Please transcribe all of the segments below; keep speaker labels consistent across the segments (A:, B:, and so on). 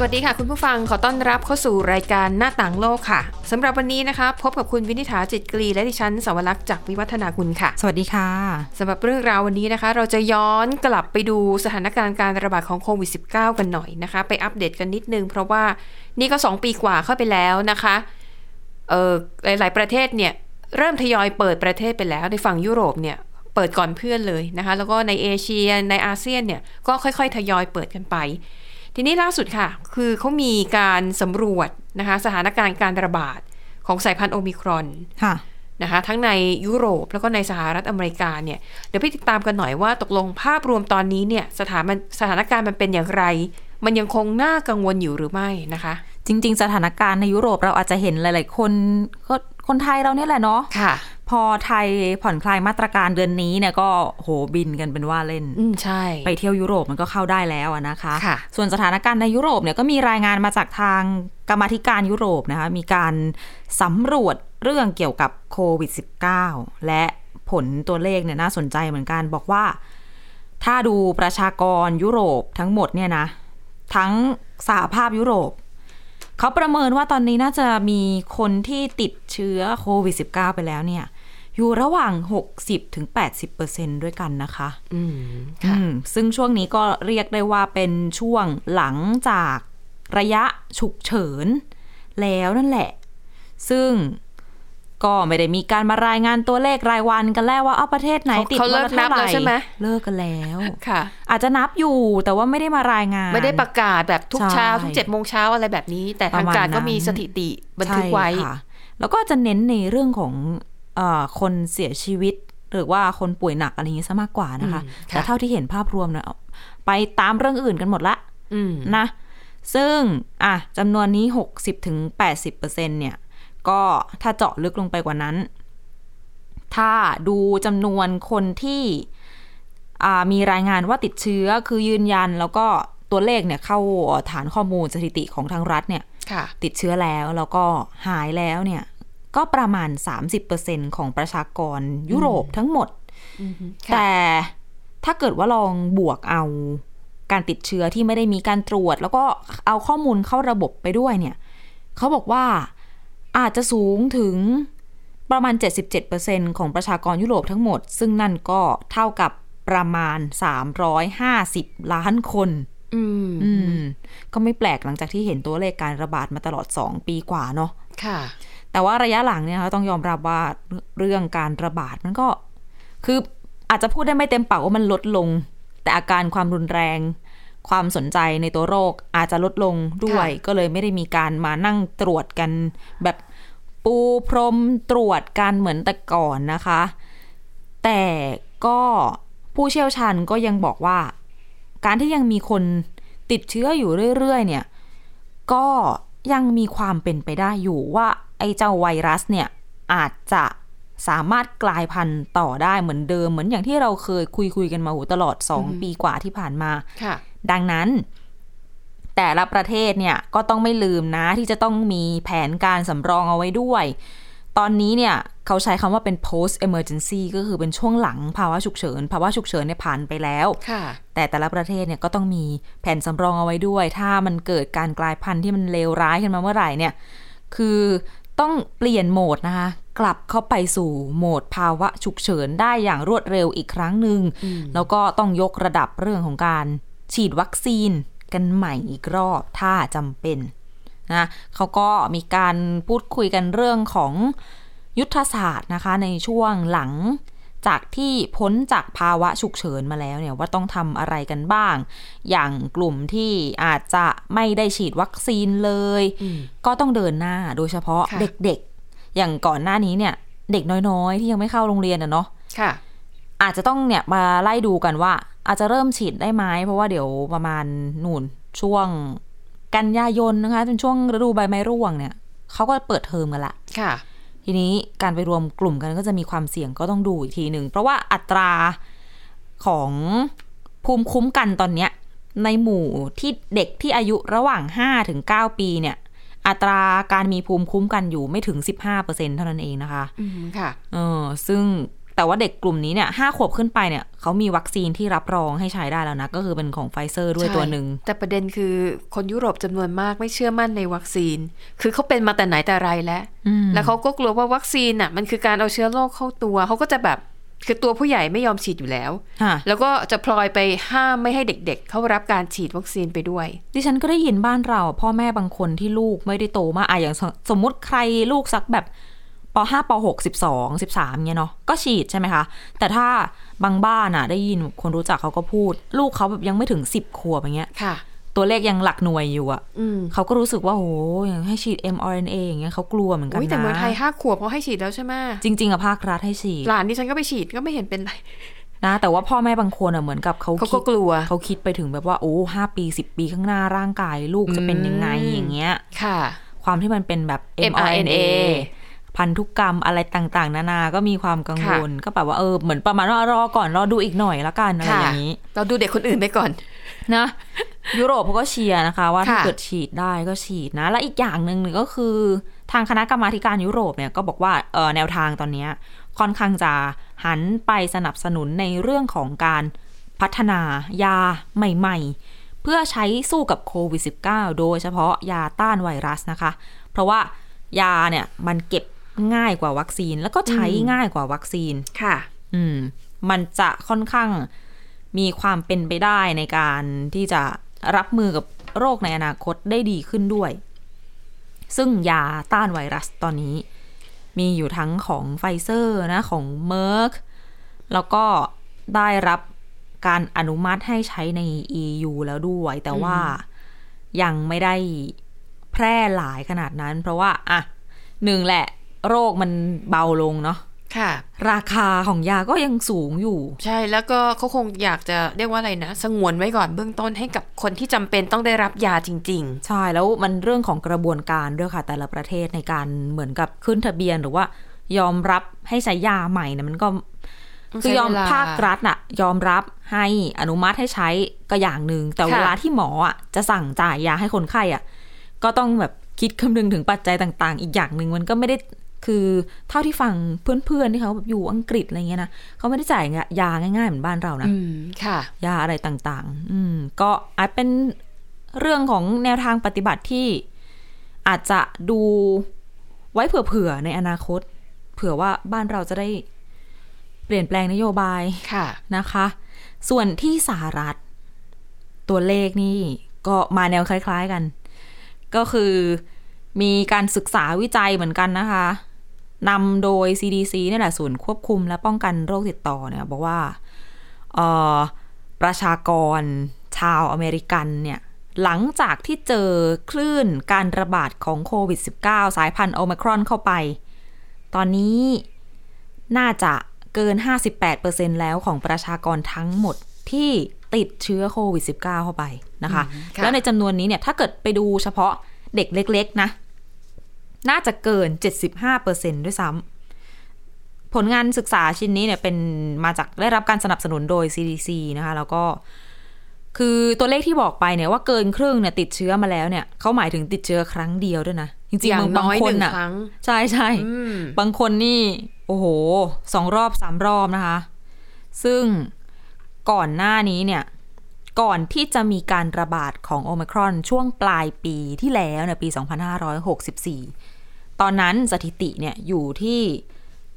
A: สวัสดีค่ะคุณผู้ฟังขอต้อนรับเข้าสู่รายการหน้าต่างโลกค่ะสำหรับวันนี้นะคะ พบกับคุณวินิษฐาจิตกรีและดิฉันสวรักษ์จากวิวัฒนาคุณค่ะ
B: สวัสดีค่ะ
A: สำหรับเรื่องราววันนี้นะคะ เราจะย้อนกลับไปดูสถานการณ์การระบาดของโควิด -19 กันหน่อยนะคะ ไปอัปเดตกันนิดนึง เพราะว่านี่ก็ 2 ปีกว่าเข้าไปแล้วนะคะเออหลาย ๆ ประเทศเนี่ยเริ่มทยอยเปิดประเทศไปแล้วในฝั่งยุโรปเนี่ยเปิดก่อนเพื่อนเลยนะคะ แล้วก็ในเอเชียในอาเซียนเนี่ยก็ค่อย ๆ ทยอยเปิดกันไป ทีนี้ล่าสุดค่ะ คือเขามีการสำรวจนะคะสถานการณ์การระบาดของสายพันธุ์โอมิครอน
B: ค่ะ
A: นะคะทั้งในยุโรปแล้วก็ในสหรัฐอเมริกาเนี่ยเดี๋ยวไปติดตามกันหน่อยว่าตกลงภาพรวมตอนนี้เนี่ยสถานมันสถานการณ์มันเป็นอย่างไร มันยังคงน่ากังวลอยู่หรือไม่นะคะ
B: จริง ๆ สถานการณ์ในยุโรปเราอาจจะเห็นหลาย ๆ คนก็คนไทยเราเนี่ยแหละเนาะ
A: ค่ะ
B: พอไทยผ่อนคลายมาตรการเดือนนี้เนี่ยก็โหบินกันเป็นว่าเล่น
A: อืมใช่
B: ไปเที่ยวยุโรปมันก็เข้าได้แล้วอะนะคะ
A: ค่ะ
B: ส่วนสถานการณ์ในยุโรปเนี่ยก็มีรายงานมาจากทางกรรมาธิการยุโรปนะคะ มีการสำรวจเรื่องเกี่ยวกับโควิด -19 และผลตัวเลขเนี่ยน่าสนใจเหมือนกันบอกว่า ถ้าดูประชากรยุโรปทั้งหมดเนี่ยนะ ทั้งสหภาพยุโรป เขาประเมินว่าตอนนี้น่าจะมีคนที่ติดเชื้อโควิด -19 ไปแล้วเนี่ย อยู่ระหว่าง 60-80%ด้วยกันนะคะ
A: อืมค่ะ
B: อืมซึ่งช่วงนี้ก็เรียกได้ว่าเป็นช่วงหลังจากระยะฉุกเฉินแล้วนั่นแหละ ซึ่งก็ไม่ได้มีการมารายงานตัวเลขรายวันกันแล้วว่าเอาประเทศไหนติด
A: เขาเลิ
B: วั
A: ก
B: น
A: นั
B: ละเท่า
A: บ
B: ไห
A: แล้
B: ร่
A: วใช่ไหม
B: เลิกกันแล้ว
A: ค่ะ
B: อาจจะนับอยู่แต่ว่าไม่ได้มารายงาน
A: ไม่ได้ประกาศแบบทุกเช้า
B: ใช่
A: ทุกเจ็ดโมงเช้าอะไรแบบนี้ แต่ทาง
B: ประมาณ
A: การก็
B: นั้น
A: มีสถิติบันทึกไว้
B: ใช่ค่ะแล้วก็จะเน้นในเรื่องของเออคนเสียชีวิต หรือว่าคนป่วยหนักอะไรอย่างนี้ซะมากกว่านะคะ
A: อืมค่ะ
B: แต่เท่าที่เห็นภาพรวมเนี่ยไปตามเรื่องอื่นกันหมดละ
A: อืม
B: นะ ซึ่ง อ่ะจำนวนนี้ 60ถึง80เปอร์เซ็นเนี่ย ก็ถ้าเจาะลึกลงไปกว่านั้น ถ้าดูจำนวนคนที่ อ่า มีรายงานว่าติดเชื้อ คือยืนยัน แล้วก็ตัวเลขเนี่ยเข้าฐานข้อมูลสถิติของทางรัฐเนี่ย
A: ค่ะ
B: ติดเชื้อแล้ว แล้วก็หายแล้วเนี่ย ก็ประมาณ 30%ของประชากรยุโรปทั้งหมด
A: ค่ะ
B: แต่ถ้าเกิดว่าลองบวกเอาการติดเชื้อที่ไม่ได้มีการตรวจ แล้วก็เอาข้อมูลเข้าระบบไปด้วยเนี่ยเขาบอกว่าอาจจะสูงถึงประมาณ 77%ของประชากรยุโรปทั้งหมด ซึ่งนั่นก็เท่ากับประมาณ 350 ล้านคน
A: อืม
B: อืม ก็ไม่แปลกหลังจากที่เห็นตัวเลขการระบาดมาตลอด 2 ปีกว่าเนาะ
A: ค่ะ
B: แต่ว่าระยะหลังเนี่ยนะคะต้องยอมรับว่าเรื่องการระบาดมันก็ คืออาจจะพูดได้ไม่เต็มปากว่ามันลดลง แต่อาการความรุนแรง ความสนใจในตัวโรคอาจจะลดลงด้วย
A: ค่ะ
B: ก็เลยไม่ได้มีการมานั่งตรวจกัน แบบปูพรมตรวจกันเหมือนแต่ก่อนนะคะ แต่ก็ผู้เชี่ยวชาญก็ยังบอกว่า การที่ยังมีคนติดเชื้ออยู่เรื่อย ๆ เนี่ย ก็ยังมีความเป็นไปได้อยู่ว่าไอ้เจ้าไวรัสเนี่ย อาจจะสามารถกลายพันธุ์ต่อได้เหมือนเดิม เหมือนอย่างที่เราเคยคุยคุยๆกันมาโหตลอด
A: อืม
B: 2 ปีกว่าที่ผ่านมา
A: ค่ะ
B: ดังนั้น แต่ละประเทศเนี่ยก็ต้องไม่ลืมนะ ที่จะต้องมีแผนการสำรองเอาไว้ด้วย ตอนนี้เนี่ยเขาใช้คำว่าเป็น post emergency ก็คือเป็นช่วงหลังภาวะฉุกเฉิน ภาวะฉุกเฉินเนี่ยผ่านไปแล้ว
A: ค่ะ
B: แต่แต่ละประเทศเนี่ยก็ต้องมีแผนสำรองเอาไว้ด้วย ถ้ามันเกิดการกลายพันธุ์ที่มันเลวร้ายขึ้นมาเมื่อไหร่เนี่ย คือต้องเปลี่ยนโหมดนะคะ กลับเข้าไปสู่โหมดภาวะฉุกเฉินได้อย่างรวดเร็วอีกครั้งหนึ่ง แล้วก็ต้องยกระดับเรื่องของการฉีดวัคซีนกันใหม่อีกรอบถ้าจำเป็นนะเขาก็มีการพูดคุยกันเรื่องของยุทธศาสตร์นะคะ ในช่วงหลังจากที่พ้นจากภาวะฉุกเฉินมาแล้วเนี่ยว่าต้องทำอะไรกันบ้าง อย่างกลุ่มที่อาจจะไม่ได้ฉีดวัคซีนเลย ก็ต้องเดินหน้าโดยเฉพาะ
A: ค่ะ
B: เด็กๆ อย่างก่อนหน้านี้เนี่ย เด็กน้อยๆ ที่ยังไม่เข้าโรงเรียนอะเนาะ
A: ค่ะ
B: อาจจะต้องเนี่ยมาไล่ดูกันว่า อาจจะเริ่มฉีดได้ไหมเพราะว่าเดี๋ยวประมาณนู่นช่วงกันยายนนะคะจนช่วงฤดูใบไม้ร่วงเนี่ยเขาก็เปิดเทอมกันละ
A: ค่ะ
B: ทีนี้การไปรวมกลุ่มกันก็จะมีความเสี่ยงก็ต้องดูอีกทีหนึ่ง เพราะว่าอัตราของภูมิคุ้มกันตอนเนี้ย ในหมู่ที่เด็กที่อายุระหว่าง5ถึง9ปีเนี่ย อัตราการมีภูมิคุ้มกันอยู่ไม่ถึง 15%เท่านั้นเองนะคะ
A: อืมค่ะ
B: เออซึ่งแต่ว่าเด็กกลุ่มนี้เนี่ยห้าขวบขึ้นไปเนี่ยเขามีวัคซีนที่รับรองให้ใช้ได้แล้วนะ ก็คือเป็นของไฟเซอร์ด้วย
A: ใช่
B: ตัวหนึ่ง
A: แต่ประเด็นคือคนยุโรปจำนวนมากไม่เชื่อมั่นในวัคซีน คือเขาเป็นมาแต่ไหนแต่ไรแล้ว
B: อืม
A: แล้วเขาก็กลัวว่าวัคซีนอ่ะมันคือการเอาเชื้อโรคเข้าตัว เขาก็จะแบบคือตัวผู้ใหญ่ไม่ยอมฉีดอยู่แล้ว
B: ค่ะ
A: แล้วก็จะพลอยไปห้ามไม่ให้เด็กๆ เข้ารับการฉีดวัคซีนไปด้วย
B: ดิฉันก็ได้ยินบ้านเรา พ่อแม่บางคนที่ลูกไม่ได้โตมากอะอย่างสสมมุติใครลูกสักแบบปห้าปหกสิบสองสิบสามเนี่ยเนาะก็ฉีดใช่ไหมคะ แต่ถ้าบางบ้านอะได้ยินคนรู้จักเขาก็พูด ลูกเขาแบบยังไม่ถึงสิบขวบอย่างเงี้ย
A: ค่ะ
B: ตัวเลขยังหลักหน่วยอยู่อะ
A: อืม
B: เขาก็รู้สึกว่าโอ้ยให้ฉีด mRNA อย่างเงี้ยเขากลัวเหมือนกัน
A: อุ้ย
B: นะ
A: แต่เมืองไทยห้าขวบเขาให้ฉีดแล้วใช่ไหม
B: จริง ๆอะภาครัฐให้ฉีด
A: หลานดิฉันก็ไปฉีดก็ไม่เห็นเป็นไร
B: นะแต่ว่าพ่อแม่บางคนอ่ะเหมือนกับเขา
A: เขา
B: คิ
A: ก็
B: ด
A: กลัว
B: เขาคิดไปถึงแบบว่าโอ้ห้าปีสิบปีข้างหน้าร่างกายลูกจะเป็นยังไง
A: อืม
B: อย่างเงี้ย
A: ค่ะ
B: ความที่มันเป็นแบบ mRNA
A: mRNA
B: พันธุกรรมอะไรต่างๆ นานาก็มีความกังวล ก็แบบว่าเออเหมือนประมาณว่ารอก่อนรอดูอีกหน่อยละกันอะไร
A: ค่ะ
B: อย่างนี้
A: เราดูเด็กคนอื่นไปก่อน
B: นะยุโรปเขาก็เชียร์นะคะ ว่าถ้า
A: ค่ะ
B: เกิดฉีดได้ก็ฉีดนะ และอีกอย่างหนึ่งก็คือทางคณะกรรมาธิการยุโรปเนี่ยก็บอกว่าเออแนวทางตอนเนี้ยค่อนข้างจะหันไปสนับสนุนในเรื่องของการพัฒนายาใหม่ ๆ เพื่อใช้สู้กับโควิด -19 โดยเฉพาะยาต้านไวรัสนะคะ เพราะว่ายาเนี่ยมันเก็บง่ายกว่าวัคซีน แล้วก็ใช้ง่ายกว่าวัคซีน
A: ค่ะ
B: อืม มันจะค่อนข้างมีความเป็นไปได้ในการที่จะรับมือกับโรคในอนาคตได้ดีขึ้นด้วย ซึ่งยาต้านไวรัสตอนนี้ มีอยู่ทั้งของไฟเซอร์นะของเมอร์กแล้วก็ได้รับการอนุมัติให้ใช้ใน EU แล้วด้วย แต่ว่ายังไม่ได้แพร่หลายขนาดนั้น เพราะว่าอ่ะหนึ่งแหละโรคมันเบาลงเนาะ
A: ค่ะ
B: ราคาของยาก็ยังสูงอยู่
A: ใช่แล้วก็เขาคงอยากจะเรียกว่าอะไรนะ สงวนไว้ก่อนเบื้องต้นให้กับคนที่จำเป็นต้องได้รับยาจริง
B: ใช่แล้วมันเรื่องของกระบวนการด้วยค่ะ แต่ละประเทศในการเหมือนกับขึ้นทะเบียนหรือว่า ยอมรับให้ใช้ยาใหม่เนี่ยมันก็
A: มันใช้
B: คือยอม
A: เวลา
B: ภาครัฐน่ะ ยอมรับให้อนุมัติให้ใช้ก็อย่างหนึ่งแต่
A: ค่ะ
B: เวลาที่หมออ่ะจะสั่งจ่ายยาให้คนไข้อ่ะก็ต้องแบบคิดคำนึงถึงปัจจัยต่าง ๆ อีกอย่างหนึ่งมันก็ไม่ได้คือเท่าที่ฟังเพื่อนๆที่เขาแบบอยู่อังกฤษอะไรเงี้ยนะเขาไม่ได้จ่ายยาง่ายๆเหมือนบ้านเรา
A: ๆ
B: นะ
A: อืม ค่ะ
B: ยาอะไรต่างๆ อืม ก็อาจเป็นเรื่องของแนวทางปฏิบัติที่อาจจะดูไว้เผื่อๆ ในอนาคต เผื่อว่าบ้านเราจะได้เปลี่ยนแปลงนโยบาย
A: ค่ะ
B: นะคะ ส่วนที่สหรัฐ ตัวเลขนี่ก็มาแนวคล้ายๆกัน ก็คือมีการศึกษาวิจัยเหมือนกันนะคะนำโดย CDC นี่แหละศูนย์ควบคุมและป้องกันโรคติดต่อเนี่ยบอกว่า เอ่อประชากรชาวอเมริกันเนี่ยหลังจากที่เจอคลื่นการระบาดของโควิด -19 สายพันธุ์โอมครอนเข้าไป ตอนนี้น่าจะเกิน 58%แล้วของประชากรทั้งหมดที่ติดเชื้อโควิด -19 เข้าไปนะคะ
A: อืมค่ะ
B: แล้วในจำนวนนี้เนี่ยถ้าเกิดไปดูเฉพาะเด็กเล็กๆนะ น่าจะเกิน 75%ด้วยซ้ำ ผลงานศึกษาชิ้นนี้เนี่ยเป็นมาจากได้รับการสนับสนุนโดย CDC นะคะ แล้วก็คือตัวเลขที่บอกไปเนี่ยว่าเกินครึ่งเนี่ยติดเชื้อมาแล้วเนี่ยเขาหมายถึงติดเชื้อครั้งเดียวด้วยนะ จริ
A: องย่า
B: ๆ
A: ง
B: บาง
A: น้อย
B: ค
A: ห
B: น
A: นึ่ง
B: อ่ะ
A: ครั้ง
B: ใช่ใช่
A: อืม
B: บางคนนี่ โอ้โหสองรอบสามรอบนะคะ ซึ่งก่อนหน้านี้เนี่ย ก่อนที่จะมีการระบาดของโอมครอนช่วงปลายปีที่แล้วเนี่ยปี 2564 ตอนนั้นสถิติเนี่ยอยู่ที่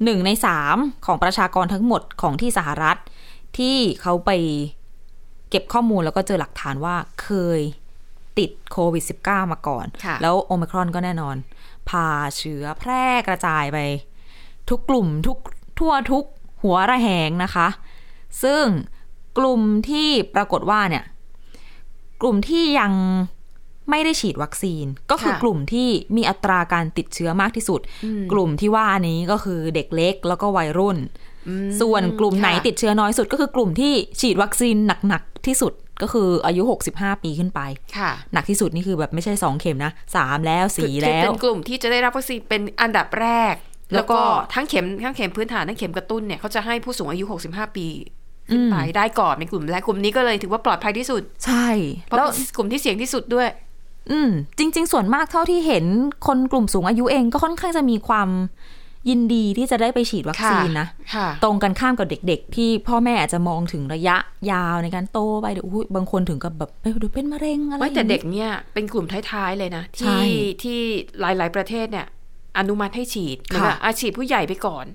B: หนึ่งในสามของประชากรทั้งหมดของที่สหรัฐ ที่เขาไปเก็บข้อมูลแล้วก็เจอหลักฐานว่าเคยติดโควิด -19 มาก่อน
A: ค่ะ
B: แล้วโอมครอนก็แน่นอน พาเชื้อแพร่กระจายไป ทุกกลุ่มทุกทั่วทุกหัวระแหงนะคะ ซึ่งกลุ่มที่ปรากฏว่าเนี่ย กลุ่มที่ยังไม่ได้ฉีดวัคซีน ก็คือ
A: ค่ะ
B: กลุ่มที่มีอัตราการติดเชื้อมากที่สุด กลุ่มที่ว่านี้ก็คือเด็กเล็กแล้วก็วัยรุ่น
A: อืม
B: ส่วนกลุ่มไหน
A: ค่ะ
B: ติดเชื้อน้อยสุด ก็คือกลุ่มที่ฉีดวัคซีนหนักๆที่สุดก็คืออายุ 65 ปีขึ้นไป
A: ค่ะ
B: หนักที่สุดนี่คือแบบไม่ใช่ 2 เข็มนะสามแล้วสี่
A: คือ
B: แล้
A: เป็
B: ว
A: นกลุ่มที่จะได้รับวัคซีนเป็นอันดับแรก
B: แล้
A: แล้ว ว
B: ก็
A: ก็ทั้งเข็มทั้งเข็มพื้นฐานทั้งเข็มกระตุ้นเนี่ยเขาจะให้ผู้สูงอายุ 65 ปี ขึ้นไปได้ก่อนในกลุ่มแรกกลุ่มนี้ก็เลยถือว่าปลอดภัยที่สุด
B: ใช่
A: เพราะ
B: แล้ว
A: เป็นกลุ่มที่เสี่ยงที่สุดด้วย
B: อืมจริง ๆ ส่วนมากเท่าที่เห็นคนกลุ่มสูงอายุเองก็ค่อนข้างจะมีความยินดีที่จะได้ไปฉีดวัคซีนนะ
A: ค่ะ
B: ตรงกันข้ามกับเด็ก ๆ ที่พ่อแม่อาจจะมองถึงระยะยาวในการโตไปเดี๋ยวอุ๊ยบางคนถึงกับแบบเอ้ยเดี๋ยวเป็นมะเร็งอะไรอ
A: ไม่
B: ย่าง
A: แต่
B: งี้
A: เด็กเนี่ยเป็นกลุ่มท้าย ๆ เลยนะ
B: ใช่
A: ที่ที่หลาย ๆ ประเทศเนี่ย อนุมัติให้ฉีดเหมือน
B: ค่ะ
A: แบบอาฉีดผู้ใหญ่ไปก่อน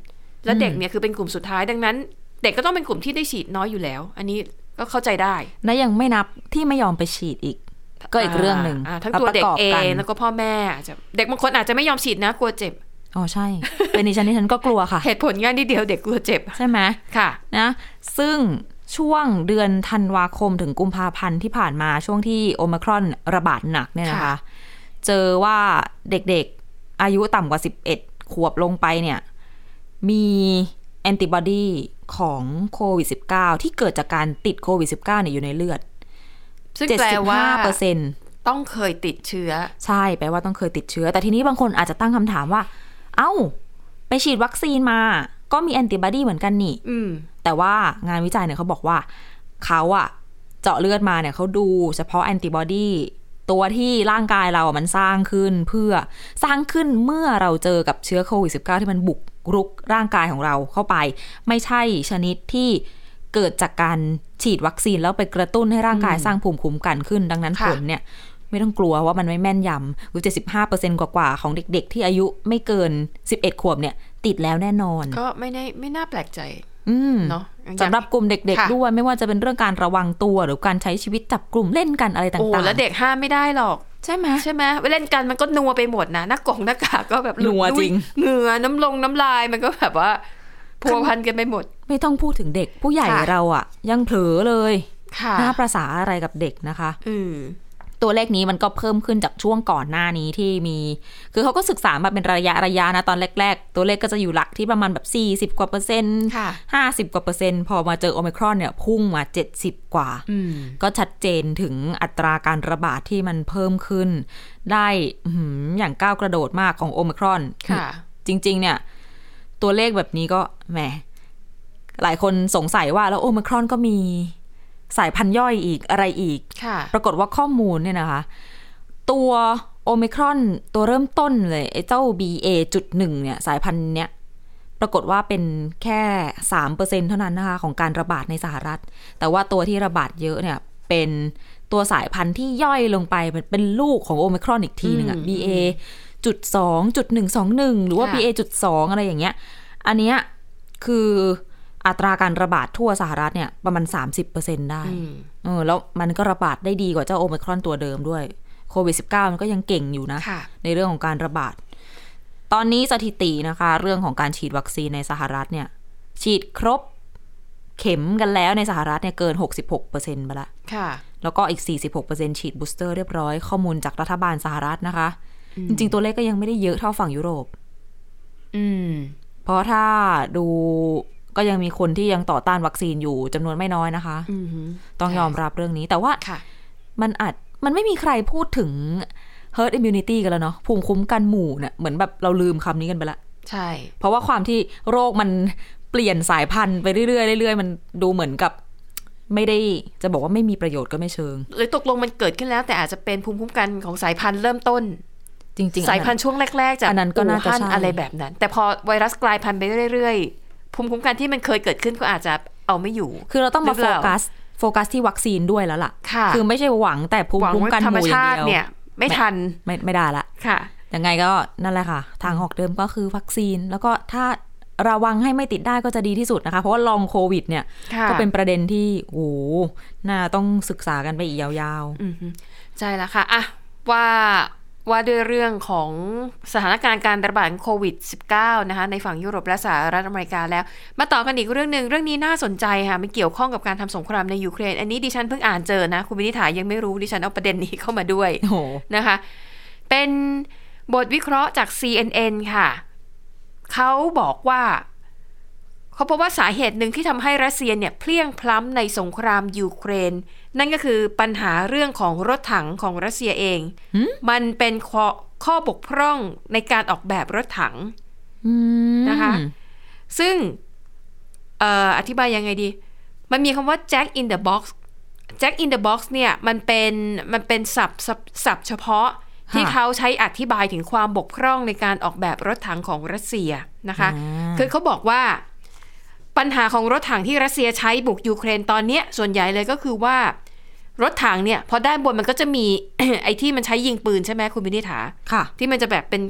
A: แล้ว
B: อืม
A: เด็กเนี่ยคือเป็นกลุ่มสุดท้ายดังนั้น เด็กก็ต้องเป็นกลุ่มที่ได้ฉีดน้อยอยู่แล้ว อันนี้ก็เข้าใจได้
B: และยังไม่นับที่ไม่ยอมไปฉีดอีก ก็อีกเรื่องหนึ่ง
A: าทั้งตัว
B: อาประ
A: เด็ก
B: อบ
A: เอน งแล้วก็พ่อแม่อาจจะเด็กบางคนอาจจะไม่ยอมฉีดนะกลัวเจ็บ
B: อ๋อใช่ เป็นดิฉันดิฉันก็กลัวค่ะ
A: เหตุผลง่ายนิดเดียวเด็กกลัวเจ็บ
B: ใช่ไหม
A: ค่ะ
B: นะซึ่งช่วงเดือนธันวาคมถึงกุมภาพันธ์ที่ผ่านมาช่วงที่โอมครอนระบาดหนักเนี่ยนะ
A: ค่ะ
B: คะ เจอว่าเด็กๆอายุต่ำกว่า 11 ขวบลงไปเนี่ย มีแอนติบอดีของโควิด -19 ที่เกิดจากการติดโควิด -19 เนี่ยอยู่ในเลือด
A: ซึ่งแปลว่า
B: 75%
A: ต้องเคยติดเชื้อ
B: ใช่แปลว่าต้องเคยติดเชื้อ แต่ทีนี้บางคนอาจจะตั้งคำถามว่า เอ้า ไปฉีดวัคซีนมา ก็มีแอนติบอดีเหมือนกันนี่
A: อืม
B: แต่ว่างานวิจัยเนี่ยเขาบอกว่าเขาอะเจาะเลือดมาเนี่ยเขาดูเฉพาะแอนติบอดีตัวที่ร่างกายเราอะมันสร้างขึ้นเพื่อสร้างขึ้นเมื่อเราเจอกับเชื้อโควิด -19 ที่มันบุกรุกร่างกายของเราเข้าไป ไม่ใช่ชนิดที่เกิดจากการฉีดวัคซีนแล้วไปกระตุ้นให้ร่างกายสร้างภูมิคุ้มกันขึ้น ดังนั้น
A: ค่ะ
B: ผลเนี่ย ไม่ต้องกลัวว่ามันไม่แม่นยำหรือ75%กว่าๆของเด็ก ๆ ที่อายุไม่เกิน 11 ขวบเนี่ย ติดแล้วแน่นอน
A: ก็ไม่ได้ไม่น่าแปลกใจ
B: อืม
A: เนาะอย่าง
B: สำหรับกลุ่มเด็ก
A: ค่ะ
B: ๆด้วยไม่ว่าจะเป็นเรื่องการระวังตัวหรือการใช้ชีวิตจับกลุ่มเล่นกันอะไรต่างๆ
A: โอ้แล้วเด็กห้ามไม่ได้หรอก
B: ใช่ไหม
A: ใช่ไหมเล่นกันมันก็นัวไปหมดนะหน้ากงหน้ากากก็แบบหลุด
B: นัว
A: ลุ่ย
B: จริง
A: เหงื่อน้ำลงน้ำลายมันก็แบบว่าพัวพันกันไปหมด
B: ไม่ต้องพูดถึงเด็กผู้ใหญ่
A: ค่ะ
B: เราอะยังเผลอเลย
A: ค่ะ
B: หน้าประสาอะไรกับเด็กนะคะ
A: อืม
B: ตัวเลขนี้มันก็เพิ่มขึ้นจากช่วงก่อนหน้านี้ที่มี คือเขาก็ศึกษามาเป็นระยะระยะนะตอนแรก ๆ ตัวเลขก็จะอยู่หลักที่ประมาณแบบ40กว่าเปอร์เซ็นต์
A: ค่ะ
B: ห้าสิบกว่าเปอร์เซ็นต์พอมาเจอโอมครอนเนี่ยพุ่งมา 70 กว่า
A: อืม
B: ก็ชัดเจนถึงอัตราการระบาดที่มันเพิ่มขึ้น ได้อื้อหืออย่างก้าวกระโดดมากของโอมครอน
A: ค่ะ
B: จริง ๆ เนี่ย ตัวเลขแบบนี้ก็แหมหลายคนสงสัยว่าแล้วโอมครอนก็มีสายพันธุ์ย่อยอีกอะไรอีก
A: ค่ะ
B: ปรากฏว่าข้อมูลเนี่ยนะคะ ตัวโอมิครอนตัวเริ่มต้นเลยไอ้เจ้า BA.1 เนี่ยสายพันธุ์เนี้ยปรากฏว่าเป็นแค่3%เเท่านั้นนะคะของการระบาดในสหรัฐ แต่ว่าตัวที่ระบาดเยอะเนี่ยเป็นตัวสายพันธุ์ที่ย่อยลงไปเป็นเป็นลูกของโอมิครอนอีกทีหนึ่งอะ
A: อืม
B: BA จุดสองจุดหนึ่งสองหนึ่งหรือว่า
A: ค่ะ
B: BA จุดสองอะไรอย่างเงี้ย อันเนี้ยคืออัตราการระบาดทั่วสหรัฐเนี่ยประมาณ 30%ได้
A: อืม
B: เออแล้วมันก็ระบาดได้ดีกว่าเจ้าโอมิครอนตัวเดิมด้วยโควิด -19 มันก็ยังเก่งอยู่นะ
A: ค่ะ
B: ในเรื่องของการระบาด ตอนนี้สถิตินะคะ เรื่องของการฉีดวัคซีนในสหรัฐเนี่ย ฉีดครบเข็มกันแล้วในสหรัฐเนี่ยเกิน 66%ไปละ
A: ค่ะ
B: แล้วก็อีก 46%ฉีดบูสเตอร์เรียบร้อยข้อมูลจากรัฐบาลสหรัฐนะคะ
A: อืม
B: จริงๆตัวเลขก็ยังไม่ได้เยอะเท่าฝั่งยุโรป
A: อืม
B: เพราะถ้าดูก็ยังมีคนที่ยังต่อต้านวัคซีนอยู่จำนวนไม่น้อยนะคะ
A: อืมฮึ
B: ต้องยอมรับเรื่องนี้แต่ว่า
A: ค่ะ
B: มันอาจมันไม่มีใครพูดถึง herd immunity กันแล้วเนาะภูมิคุ้มกันหมู่เนี่ยเหมือนแบบเราลืมคำนี้กันไปละ
A: ใช่
B: เพราะว่าความที่โรคมันเปลี่ยนสายพันธุ์ไปเรื่อยๆเรื่อยๆ มันดูเหมือนกับ ไม่ได้จะบอกว่าไม่มีประโยชน์ก็ไม่เชิง
A: หรือตกลงมันเกิดขึ้นแล้ว แต่อาจจะเป็นภูมิคุ้มกันของสายพันธุ์เริ่มต้น
B: จริงๆ
A: สายพันธุ์ช่วงแรก ๆ จาก
B: อันนั้นก็น่าจะ
A: อู่ฮั่
B: ใช่
A: อะไรแบบนั้น แต่พอไวรัสกลายพันธุ์ไปเรื่อยๆ ภูมิคุ้มกันที่มันเคยเกิดขึ้นก็อาจจะเอาไม่อยู่
B: คือเราต้องมา
A: หรือ
B: โฟ
A: เปล่า
B: กัสโฟกัสที่วัคซีนด้วยแล้วล่ะ
A: ค่ะ
B: คือไม่ใช่หวังแต่ภูมิ
A: หวัง
B: คุ้ม
A: ว่า
B: กัน
A: ธร
B: ห
A: รม
B: มู่อย่า
A: ชาง ติ
B: เดียว
A: เนี่ย ไม่ทัน
B: ไม่ไม่ได้ละ
A: ค่ะ
B: ยังไงก็นั่นแหละค่ะ ทางออกเดิมก็คือวัคซีน แล้วก็ถ้าระวังให้ไม่ติดได้ก็จะดีที่สุดนะคะ เพราะว่าลองโควิดเนี่ย
A: ค่ะ
B: ก็เป็นประเด็นที่โอ้โหน่าต้องศึกษากันไปอีกยาว
A: อืมฮึใช่แล้วค่ะอ่ะว่าว่าด้วยเรื่องของสถานการณ์การระบาดของโควิด -19 นะคะในฝั่งยุโรปและสหรัฐอเมริกาแล้ว มาต่อกันอีกเรื่องหนึ่งเรื่องนี้น่าสนใจค่ะมันเกี่ยวข้องกับการทำสงครามในยูเครน อันนี้ดิฉันเพิ่งอ่านเจอนะ คุณวินิษฐายังไม่รู้ดิฉันเอาประเด็นนี้เข้ามาด้วย
B: ๆ โอ้โห
A: นะคะ เป็นบทวิเคราะห์จาก CNN ค่ะ เขาบอกว่า เขาพบว่าสาเหตุหนึ่งที่ทำให้รัสเซียเนี่ยเพลียงพล้ำในสงครามยูเครน นั่นก็คือปัญหาเรื่องของรถถังของรัสเซียเอง
B: หึ
A: มันเป็นข้อข้อบกพร่องในการออกแบบรถถัง
B: อืม
A: นะคะ ซึ่งเอ่ออธิบายยังไงดี มันมีคำว่า Jack in the box Jack in the box เนี่ยมันเป็นมันเป็นศัพท์ศัพท์ศัพท์เฉพาะที่
B: ค่ะ
A: เขาใช้อธิบายถึงความบกพร่องในการออกแบบรถถังของรัสเซียนะคะ
B: อ่า
A: คือเขาบอกว่าปัญหาของรถถังที่รัสเซียใช้บุกยูเครนตอนเนี้ยส่วนใหญ่เลยก็คือว่า รถถังเนี่ยพอด้านบนมันก็จะมี ไอ้ที่มันใช้ยิงปืนใช่ไหมคุณวินิษฐา
B: ค่ะ
A: ที่มันจะแบบเป็น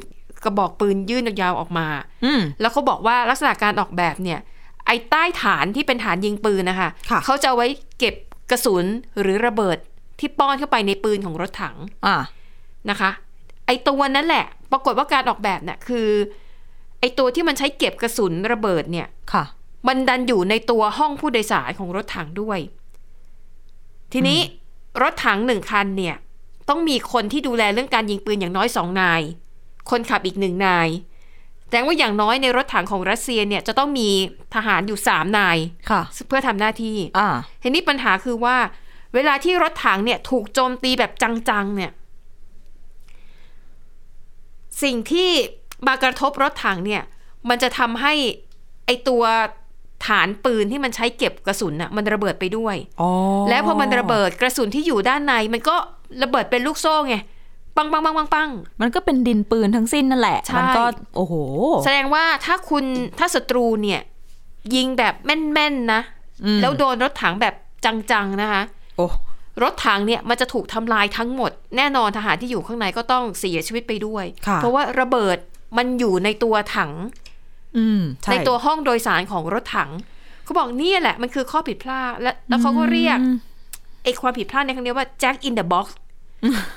A: กระบอกปืนยื่นยาวๆออกมา
B: อืม
A: แล้วเขาบอกว่าลักษณะการออกแบบเนี่ย ไอ้ใต้ฐานที่เป็นฐานยิงปืนนะคะ
B: ค่ะ
A: เขาจะเอาไว้เก็บกระสุนหรือระเบิดที่ป้อนเข้าไปในปืนของรถถัง
B: อ่า
A: นะคะ ไอ้ตัวนั้นแหละ ปรากฏว่าการออกแบบเนี่ยคือ ไอ้ตัวที่มันใช้เก็บกระสุนระเบิดเนี่ย
B: ค่ะ
A: มันดันอยู่ในตัวห้องผู้โดยสารของรถถังด้วย ทีนี้รถถังหนึ่งคันเนี่ย ต้องมีคนที่ดูแลเรื่องการยิงปืนอย่างน้อยสองนาย คนขับอีกหนึ่งนาย แต่ว่าอย่างน้อยในรถถังของรัสเซียเนี่ยจะต้องมีทหารอยู่สามนาย
B: ค่ะ
A: เพื่อทำหน้าที่
B: อ่า
A: ทีนี้ปัญหาคือว่า เวลาที่รถถังเนี่ยถูกโจมตีแบบจังๆเนี่ย สิ่งที่มากระทบรถถังเนี่ย มันจะทำให้ไอตัวฐานปืนที่มันใช้เก็บกระสุนน่ะมันระเบิดไปด้วย
B: อ๋อ
A: แล้วพอมันระเบิดกระสุนที่อยู่ด้านใน มันก็ระเบิดเป็นลูกโซ่ไงปังปังปังปังปัง
B: มันก็เป็นดินปืนทั้งสิ้นนั่นแหละ
A: ใช่
B: มัก็ โอ้โห
A: แสดงว่าถ้าคุณถ้าศัตรูเนี่ย ยิงแบบแม่นๆนะ
B: อืม
A: แล้วโดนรถถังแบบจังๆนะคะ
B: โอ้
A: รถถังเนี่ยมันจะถูกทำลายทั้งหมด แน่นอนทหารที่อยู่ข้างในก็ต้องเสียชีวิตไปด้วย
B: ค่ะ
A: เพราะว่าระเบิดมันอยู่ในตัวถัง
B: อืมช่
A: ในตัวห้องโดยสารของรถถังเขาบอกเนี่ยแหละมันคือข้อผิดพลาดและแล้วเขาก็เรียกไอ้ความผิดพลาดในครั้งเนี้ยว่า Jack in the box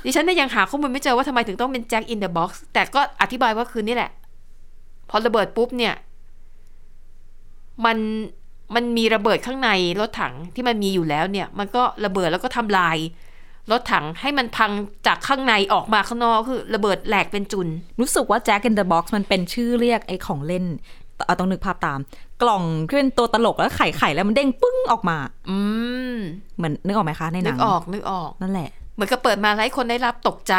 A: ดิฉันเนี่ยยังหาข้อมูลไม่เจอว่าทำไมถึงต้องเป็น Jack in the box แต่ก็อธิบายว่าคือนี่แหละ พอระเบิดปุ๊บเนี่ย มันมันมีระเบิดข้างในรถถังที่มันมีอยู่แล้วเนี่ย มันก็ระเบิดแล้วก็ทำลาย รถถังให้มันพังจากข้างในออกมาข้างนอกคือระเบิดแหลกเป็นจุน
B: รู้สึกว่า Jack in the Box มันเป็นชื่อเรียกไอ้ของเล่นเอาต้องนึกภาพตาม กล่องที่เป็นตัวตลกแล้วไข่ไข่แล้วมันเด้งปึ้งออกมา
A: อืม
B: เหมือนนึกออกไหมคะในห
A: นึ
B: นั
A: ก
B: ง
A: ออกนึกออก
B: นั่นแหละ
A: เหมือนกับเปิดมาแล้วให้คนได้รับตกใจ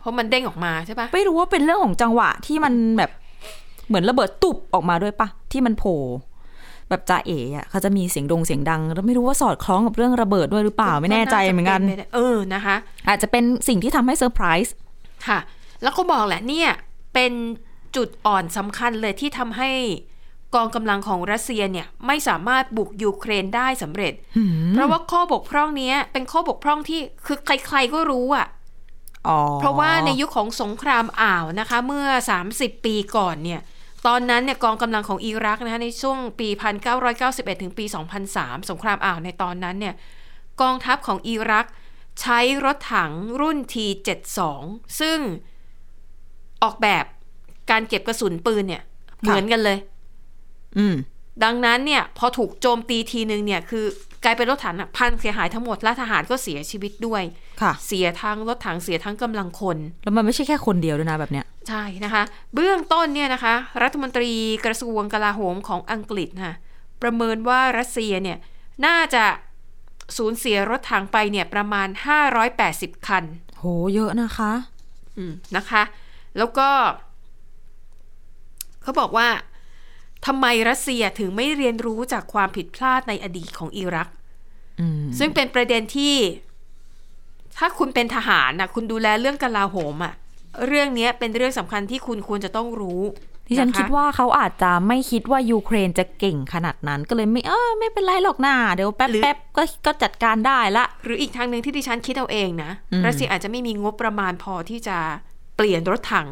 A: เพราะมันเด้งออกมาใช่ปะ
B: ไม่รู้ว่าเป็นเรื่องของจังหวะที่มันแบบเหมือนระเบิดตุบออกมาด้วยปะที่มันโผล่แบบจ่าเอ๋อะเขาจะมีเสียงดงเสียงดัง แล้วไม่รู้ว่าสอดคล้องกับเรื่องระเบิดด้วยหรือเปล่าไม่แน่ใจเหมือนกัน
A: าจะป็ไปได้เออนะคะ
B: อาจจะเป็นสิ่งที่ทำให้เซอร์ไพรส์
A: ค่ะ แล้วก็บอกแหละเนี่ย เป็นจุดอ่อนสำคัญเลยที่ทำให้กองกำลังของรัสเซียเนี่ยไม่สามารถบุกยูเครนได้สำเร็จ เพราะว่าข้อบกพร่องเนี้ยเป็นข้อบกพร่องที่คือใครๆก็รู้อะ
B: อ๋อ
A: เพราะว่าในยุคของสงครามอ่าวนะคะ เมื่อ 30 ปีก่อนเนี่ย ตอนนั้นเนี่ยกองกำลังของอิรักนะคะในช่วงปี 1991 ถึงปี 2003 สงครามอ่าวในตอนนั้นเนี่ย กองทัพของอิรักใช้รถถังรุ่น T72 ซึ่งออกแบบการเก็บกระสุนปืนเนี่ย เหมือนกันเลย
B: อืม
A: ดังนั้นเนี่ยพอถูกโจมตีทีนึงเนี่ยคือกลายเป็นรถถังอะพังเสียหายทั้งหมดและทหารก็เสียชีวิตด้วย
B: ค่ะ
A: เสียทั้งรถถังเสียทั้งกำลังคน
B: แล้วมันไม่ใช่แค่คนเดียวด้วยนะแบบเนี้ย
A: ใช่นะคะ เบื้องต้นเนี่ยนะคะ รัฐมนตรีกระทรวงกลาโหมของอังกฤษค่ะประเมินว่ารัสเซียเนี่ยน่าจะสูญเสียรถถังไปเนี่ยประมาณ 580 คัน
B: โหเยอะนะคะ
A: อืมนะคะ แล้วก็ เขาบอกว่าทำไมรัสเซียถึงไม่เรียนรู้จากความผิดพลาดในอดีตของอิรัก
B: อืม
A: ซึ่งเป็นประเด็นที่ ถ้าคุณเป็นทหารนะคุณดูแลเรื่องกลาโหมอะเรื่องเนี้ยเป็นเรื่องสำคัญที่คุณควรจะต้องรู้
B: ดิฉันะ
A: ะ
B: คิดว่าเขาอาจจะไม่คิดว่ายูเครนจะเก่งขนาดนั้นก็เลยไม่เออไม่เป็นไรหรอกนาเดี๋ยวแป๊บแป๊บก็ก็จัดการได้ละ
A: หรืออีกทางหนึ่งที่ดิฉันคิดเอาเองนะ
B: อืม
A: รัสเซียอาจจะไม่มีงบประมาณพอที่จะเปลี่ยนรถถัง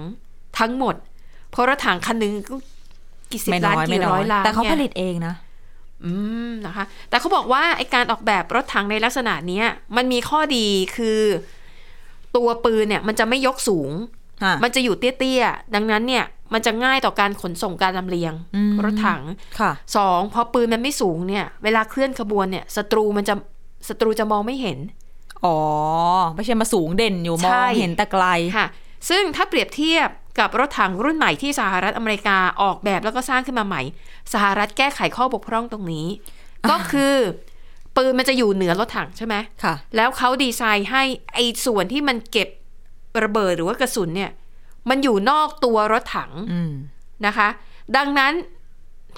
A: ทั้งหมด เพราะรถถังคันหนึงก็กี่สิบ
B: ไม่
A: ล้าน
B: น้อยไม่
A: กี่
B: น้
A: ร้
B: อ
A: อยยล้าน
B: แต่เขา
A: นี่ย
B: ผลิตเองนะ
A: อืมนะคะ แต่เขาบอกว่าไอการออกแบบรถถังในลักษณะเนี้ย มันมีข้อดีคือ ตัวปืนเนี่ย มันจะไม่ยกสูง
B: อ่ะ
A: มันจะอยู่เตี้ยๆ ดังนั้นเนี่ย มันจะง่ายต่อการขนส่งการลำเลียง
B: อืม
A: รถถัง
B: ค่ะ
A: สองพอปืนมันไม่สูงเนี่ย เวลาเคลื่อนขบวนเนี่ยศัตรูมันจะศัตรูจะมองไม่เห็น
B: อ๋อ ไม่ใช่มาสูงเด่นอยู่มอ
A: ใช่
B: งเห็นแต่ไกล
A: ค่ะ ซึ่งถ้าเปรียบเทียบกับรถถังรุ่นใหม่ที่สหรัฐอเมริกาออกแบบแล้วก็สร้างขึ้นมาใหม่ สหรัฐแก้ไขข้อบกพร่องตรงนี้ ก็คือ ปืนมันจะอยู่เหนือรถถังใช่ไหม
B: ค่ะ
A: แล้วเขาดีไซน์ให้ไอ้ส่วนที่มันเก็บระเบิดหรือว่ากระสุนเนี่ย มันอยู่นอกตัวรถถัง
B: อืม
A: นะคะ ดังนั้น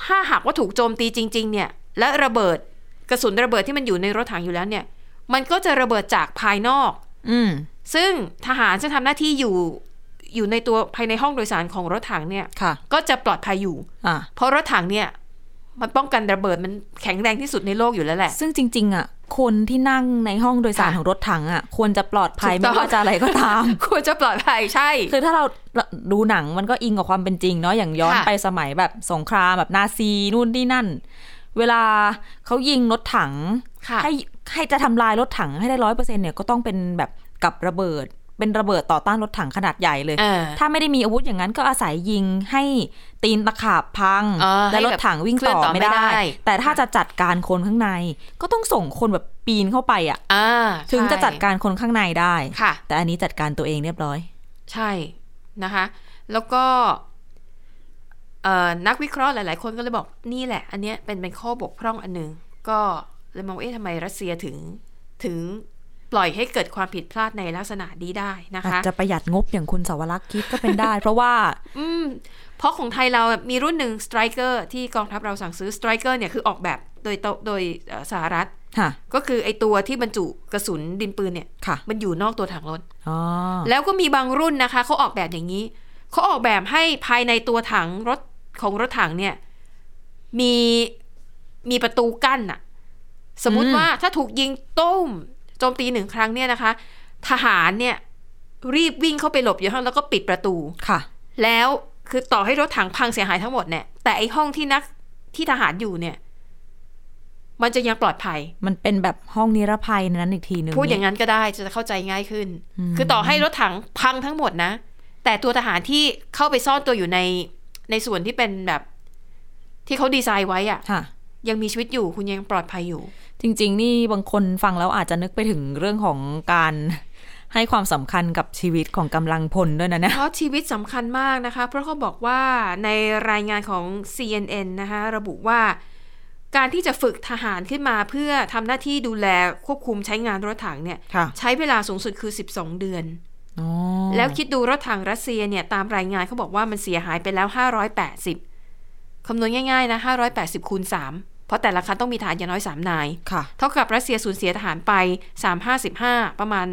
A: ถ้าหากว่าถูกโจมตีจริง ๆ เนี่ย และระเบิด กระสุนระเบิดที่มันอยู่ในรถถังอยู่แล้วเนี่ย มันก็จะระเบิดจากภายนอก
B: อืม
A: ซึ่งทหารจะทำหน้าที่อยู่อยู่ในตัวภายในห้องโดยสารของรถถังเนี่ย
B: ค่ะ
A: ก็จะปลอดภัยอยู่
B: อ่ะ
A: เพราะรถถังเนี่ย มันป้องกันระเบิดมันแข็งแรงที่สุดในโลกอยู่แล้วแหละ
B: ซึ่งจริง ๆ อ่ะ คนที่นั่งในห้องโดยสาร
A: ค่ะ
B: ของรถถังอ่ะ ควรจะปลอดภัย
A: ถูกต้
B: ไม่
A: อง
B: ว่าจะอะไรก็ตาม
A: ควรจะปลอดภัยใช่
B: คือถ้าเราดูหนังมันก็อิงกับความเป็นจริงเนาะอย่างย้อน
A: ค่ะ
B: ไปสมัยแบบสงครามแบบนาซีนู่นนี่นั่น เวลาเขายิงรถถัง
A: ค่ะ
B: ให้ให้จะทำลายรถถังให้ได้ร้อยเปอร์เซ็นเนี่ยก็ต้องเป็นแบบกับระเบิด เป็นระเบิดต่อต้านรถถังขนาดใหญ่เลย
A: เออ
B: ถ้าไม่ได้มีอาวุธอย่างนั้นก็อาศัยยิงให้ตีนตะขาบพัง
A: เออ
B: และ
A: ให้
B: รถ
A: แบบ
B: ถังวิ่ง
A: เคลื่อ
B: ต่
A: น
B: อ
A: ต่อ
B: ไม่
A: ไม่
B: ได้
A: ได้
B: แต่ถ้าจะจัดการคนข้างใน ก็ต้องส่งคนแบบปีนเข้าไปอ่ะ
A: อ่า
B: ถึงจะ
A: ใช่
B: จัดการคนข้างในได้
A: ค่ะ
B: แต่อันนี้จัดการตัวเองเรียบร้อย
A: ใช่นะคะ แล้วก็เอ่อนักวิเคราะห์หลายๆ คนก็เลยบอกนี่แหละ อันเนี้ยเป็นเป็นข้อบกพร่องอันหนึง ก็เลยมองว่าเอ๊ะทำไมรัสเซียถึงถึงปล่อยให้เกิดความผิดพลาดในลักษณะนี้ได้นะ
B: อาจ
A: คะ
B: จะประหยัดงบอย่างคุณสาวรักษ์คิดก็เป็นได้ เพราะว่า
A: อืมเพราะของไทยเรามีรุ่นหนึ่งสไตรเกอร์ที่กองทัพเราสั่งซื้อสไตรเกอร์เนี่ยคือออกแบบโดยโตโดยเอ่อสหรัฐ
B: ค่ะ
A: ก็คือไอตัวที่บรรจุกระสุนดินปืนเนี่ย
B: ค่ะ
A: มันอยู่นอกตัวถังรถ
B: อ๋อ
A: แล้วก็มีบางรุ่นนะคะเขาออกแบบอย่างนี้ เขาออกแบบให้ภายในตัวถังรถของรถถังเนี่ย มีมีประตูกั้นอะสมมุติ
B: อืม
A: ว่าถ้าถูกยิงต้มโจมตีหนึ่งครั้งเนี่ยนะคะ ทหารเนี่ยรีบวิ่งเข้าไปหลบอยู่ในห้องแล้วก็ปิดประตู
B: ค่ะ
A: แล้วคือต่อให้รถถังพังเสียหายทั้งหมดเนี่ย แต่ไอห้องที่นักที่ทหารอยู่เนี่ย มันจะยังปลอดภัย
B: มันเป็นแบบห้องนิรภัยนั้นอีกทีหนึ่ง
A: พูดอย่าง
B: นี้
A: นั้นก็ได้จะเข้าใจง่ายขึ้น
B: อืม
A: คือต่อให้รถถังพังทั้งหมดนะ แต่ตัวทหารที่เข้าไปซ่อนตัวอยู่ในในส่วนที่เป็นแบบ ที่เขาดีไซน์ไว้อะ
B: ค่ะ
A: ยังมีชีวิตอยู่คุณยังปลอดภัยอยู่
B: จริง ๆ นี่บางคนฟังแล้วอาจจะนึกไปถึงเรื่องของการ ให้ความสำคัญกับชีวิตของกำลังพลด้วยนะเนี่ย
A: เพราะชีวิตสำคัญมากนะคะ เพราะเขาบอกว่าในรายงานของ CNN นะคะระบุว่า การที่จะฝึกทหารขึ้นมาเพื่อทำหน้าที่ดูแลควบคุมใช้งานรถถังเนี่ย
B: ค่ะ
A: ใช้เวลาสูงสุดคือ 12 เดือน
B: อ๋อ
A: แล้วคิดดูรถถังรัสเซียเนี่ย ตามรายงานเขาบอกว่ามันเสียหายไปแล้ว 580 คำนวณง่ายๆนะ 580 คูณ 3 เพราะแต่ละคันต้องมีฐานอย่างน้อย 3 นาย
B: ค่ะ
A: เท่ากับรัสเซียสูญเสียทหารไป 355 ประมาณ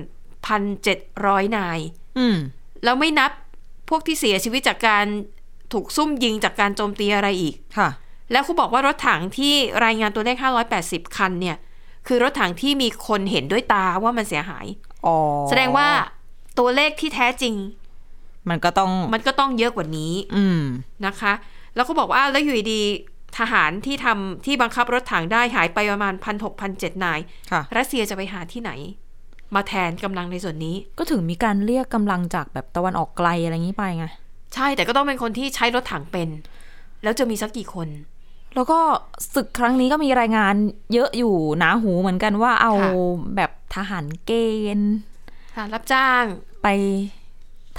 A: 1,700 นาย
B: อืม
A: แล้วไม่นับพวกที่เสียชีวิตจากการถูกซุ่มยิงจากการโจมตีอะไรอีก
B: ค่ะ
A: แล้วเขาบอกว่ารถถังที่รายงานตัวเลข 580 คันเนี่ย คือรถถังที่มีคนเห็นด้วยตาว่ามันเสียหาย
B: อ๋อ
A: แสดงว่าตัวเลขที่แท้จริง
B: มันก็ต้อง
A: มันก็ต้องเยอะกว่านี้
B: อืม
A: นะคะ แล้วก็บอกว่าแล้วอยู่ดีๆทหารที่ทำที่บังคับรถถังได้หายไปประมาณพันหกพันเจ็ดนาย
B: ค่ะ
A: รัสเซียจะไปหาที่ไหน มาแทนกำลังในส่วนนี้
B: ก็ถึงมีการเรียกกำลังจากแบบตะวันออกไกลอะไรอย่างนี้ไปไง
A: ใช่แต่ก็ต้องเป็นคนที่ใช้รถถังเป็น แล้วจะมีสักกี่คน
B: แล้วก็ศึกครั้งนี้ก็มีรายงานเยอะอยู่หนาหูเหมือนกันว่าเอา
A: ค่ะ
B: แบบทหารเกณฑ์
A: ทหารรับจ้าง
B: ไป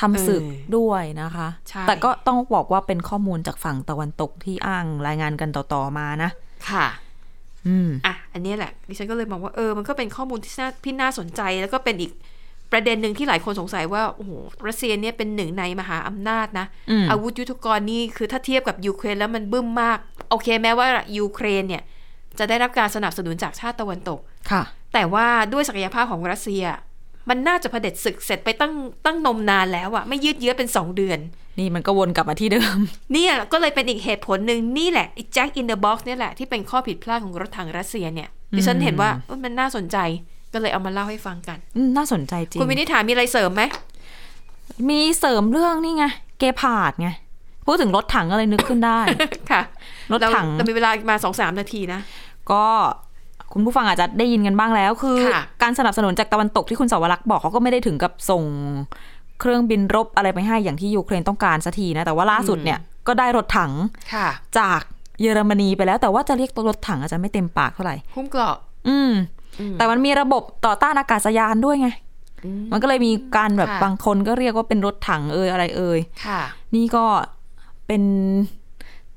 B: ทำศึก
A: เออ
B: ด้วยนะคะ
A: ใช่
B: แต่ก็ต้องบอกว่าเป็นข้อมูลจากฝั่งตะวันตกที่อ้างรายงานกันต่อๆมานะ
A: ค่ะ
B: อืม
A: อ่ะ อันเนี้ยแหละ ดิฉันก็เลยมองว่าเออ มันก็เป็นข้อมูลที่น่าที่น่าสนใจ แล้วก็เป็นอีกประเด็นหนึ่งที่หลายคนสงสัยว่า โอ้โห รัสเซียเนี่ยเป็นหนึ่งในมหาอำนาจนะ
B: อืม
A: อาวุธยุทโธปกรณ์นี่คือถ้าเทียบกับยูเครนแล้วมันบึ้มมาก โอเค แม้ว่ายูเครนเนี่ย จะได้รับการสนับสนุนจากชาติตะวันตก
B: ค่ะ
A: แต่ว่าด้วยศักยภาพของรัสเซีย มันน่าจะเผด็จศึกเสร็จไปตั้งตั้งนมนานแล้วอะไม่ยืดเยื้อเป็นสองเดือน
B: นี่มันก็วนกลับมาที่เดิม
A: เนี่ยก็เลยเป็นอีกเหตุผลหนึ่งนี่แหละไอ้แจ็คอินเดอะบ็อกซ์เนี่ยแหละ ที่เป็นข้อผิดพลาดของรถถังรัสเซียเนี่ยดิฉันเห็นว่าเอ้ยมันน่าสนใจก็เลยเอามาเล่าให้ฟังกัน
B: อืมน่าสนใจจริง
A: คุณวินิษฐามีอะไรเสริมไหม
B: มีเสริมเรื่องนี่ไง เกพาดไง พูดถึงรถถังก็เลยนึกขึ้นได้
A: ค่ะ
B: รถถัง
A: เาเรามีเวลามาสองสามนาทีนะ
B: ก็คุณผู้ฟังอาจจะได้ยินกันบ้างแล้ว คือ
A: ค่ะ
B: การสนับสนุนจากตะวันตกที่คุณสาวรักษ์บอกเขาก็ไม่ได้ถึงกับส่งเครื่องบินรบอะไรไปให้อย่างที่ยูเครนต้องการสักทีนะ แต่ว่าล่าสุดเนี่ยก็ได้รถถัง
A: ค่ะ
B: จากเยอรมนีไปแล้ว แต่ว่าจะเรียกตัวรถถังอาจจะไม่เต็มปากเท่าไหร่
A: หุ้มเกราะ
B: อืม
A: อืม
B: แต่มันมีระบบต่อต้านอากาศยานด้วยไง
A: อืม
B: มันก็เลยมีการแบบ
A: ค่ะ
B: บางคนก็เรียกว่าเป็นรถถังเอยอะไรเอย
A: ค่ะ
B: นี่ก็เป็น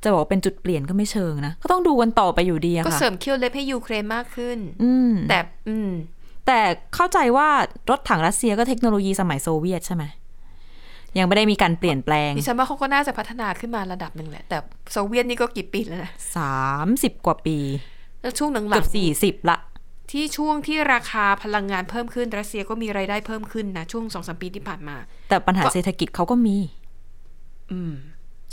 B: จะบอกว่าเป็นจุดเปลี่ยนก็ไม่เชิงนะ ก็ต้องดูกันต่อไปอยู่ดีอะ
A: ก็
B: ค่ะ
A: เสริมเคี้ยวเล็บให้ยูเครนมากขึ้น
B: อืม
A: แต่อืม
B: แต่เข้าใจว่ารถถังรัสเซียก็เทคโนโลยีสมัยโซเวียตใช่ไหมยังไม่ได้มีการเปลี่ยนแปลง
A: ดิฉันว่าเขาก็น่าจะพัฒนาขึ้นมาระดับหนึ่งแหละ แต่โซเวียตนี่ก็กี่ปีแล้วนะ
B: 30 กว่าปี
A: แล้วช่วงหลังๆ
B: เกือบสี่สิบละ
A: ที่ช่วงที่ราคาพลังงานเพิ่มขึ้นรัสเซียก็มีรายได้เพิ่มขึ้นนะ ช่วงสองสมปีที่ผ่านมา
B: แต่ปัญหา
A: ก็
B: เศรษฐกิจเขาก็มี
A: อืม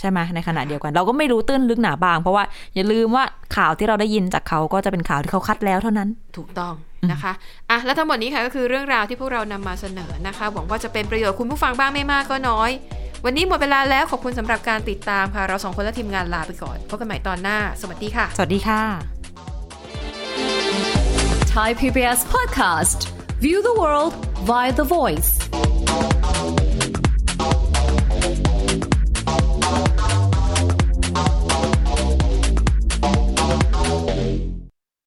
B: ใช่ไหมในขณะเดียวกัน เราก็ไม่รู้ตื้นลึกหนาบาง เพราะว่าอย่าลืมว่าข่าวที่เราได้ยินจากเขาก็จะเป็นข่าวที่เขาคัดแล้วเท่านั้น
A: ถูกต้องนะคะอ่ะและทั้งหมดนี้ค่ะก็คือเรื่องราวที่พวกเรานำมาเสนอนะคะ หวังว่าจะเป็นประโยชน์คุณผู้ฟังบ้างไม่มากก็น้อย วันนี้หมดเวลาแล้วขอบคุณสำหรับการติดตามค่ะ เราสองคนและทีมงานลาไปก่อนพบกันใหม่ตอนหน้า สวัสดีค่ะ
B: สวัสดีค่ะ
C: Thai PBS podcast. View the world via the voice.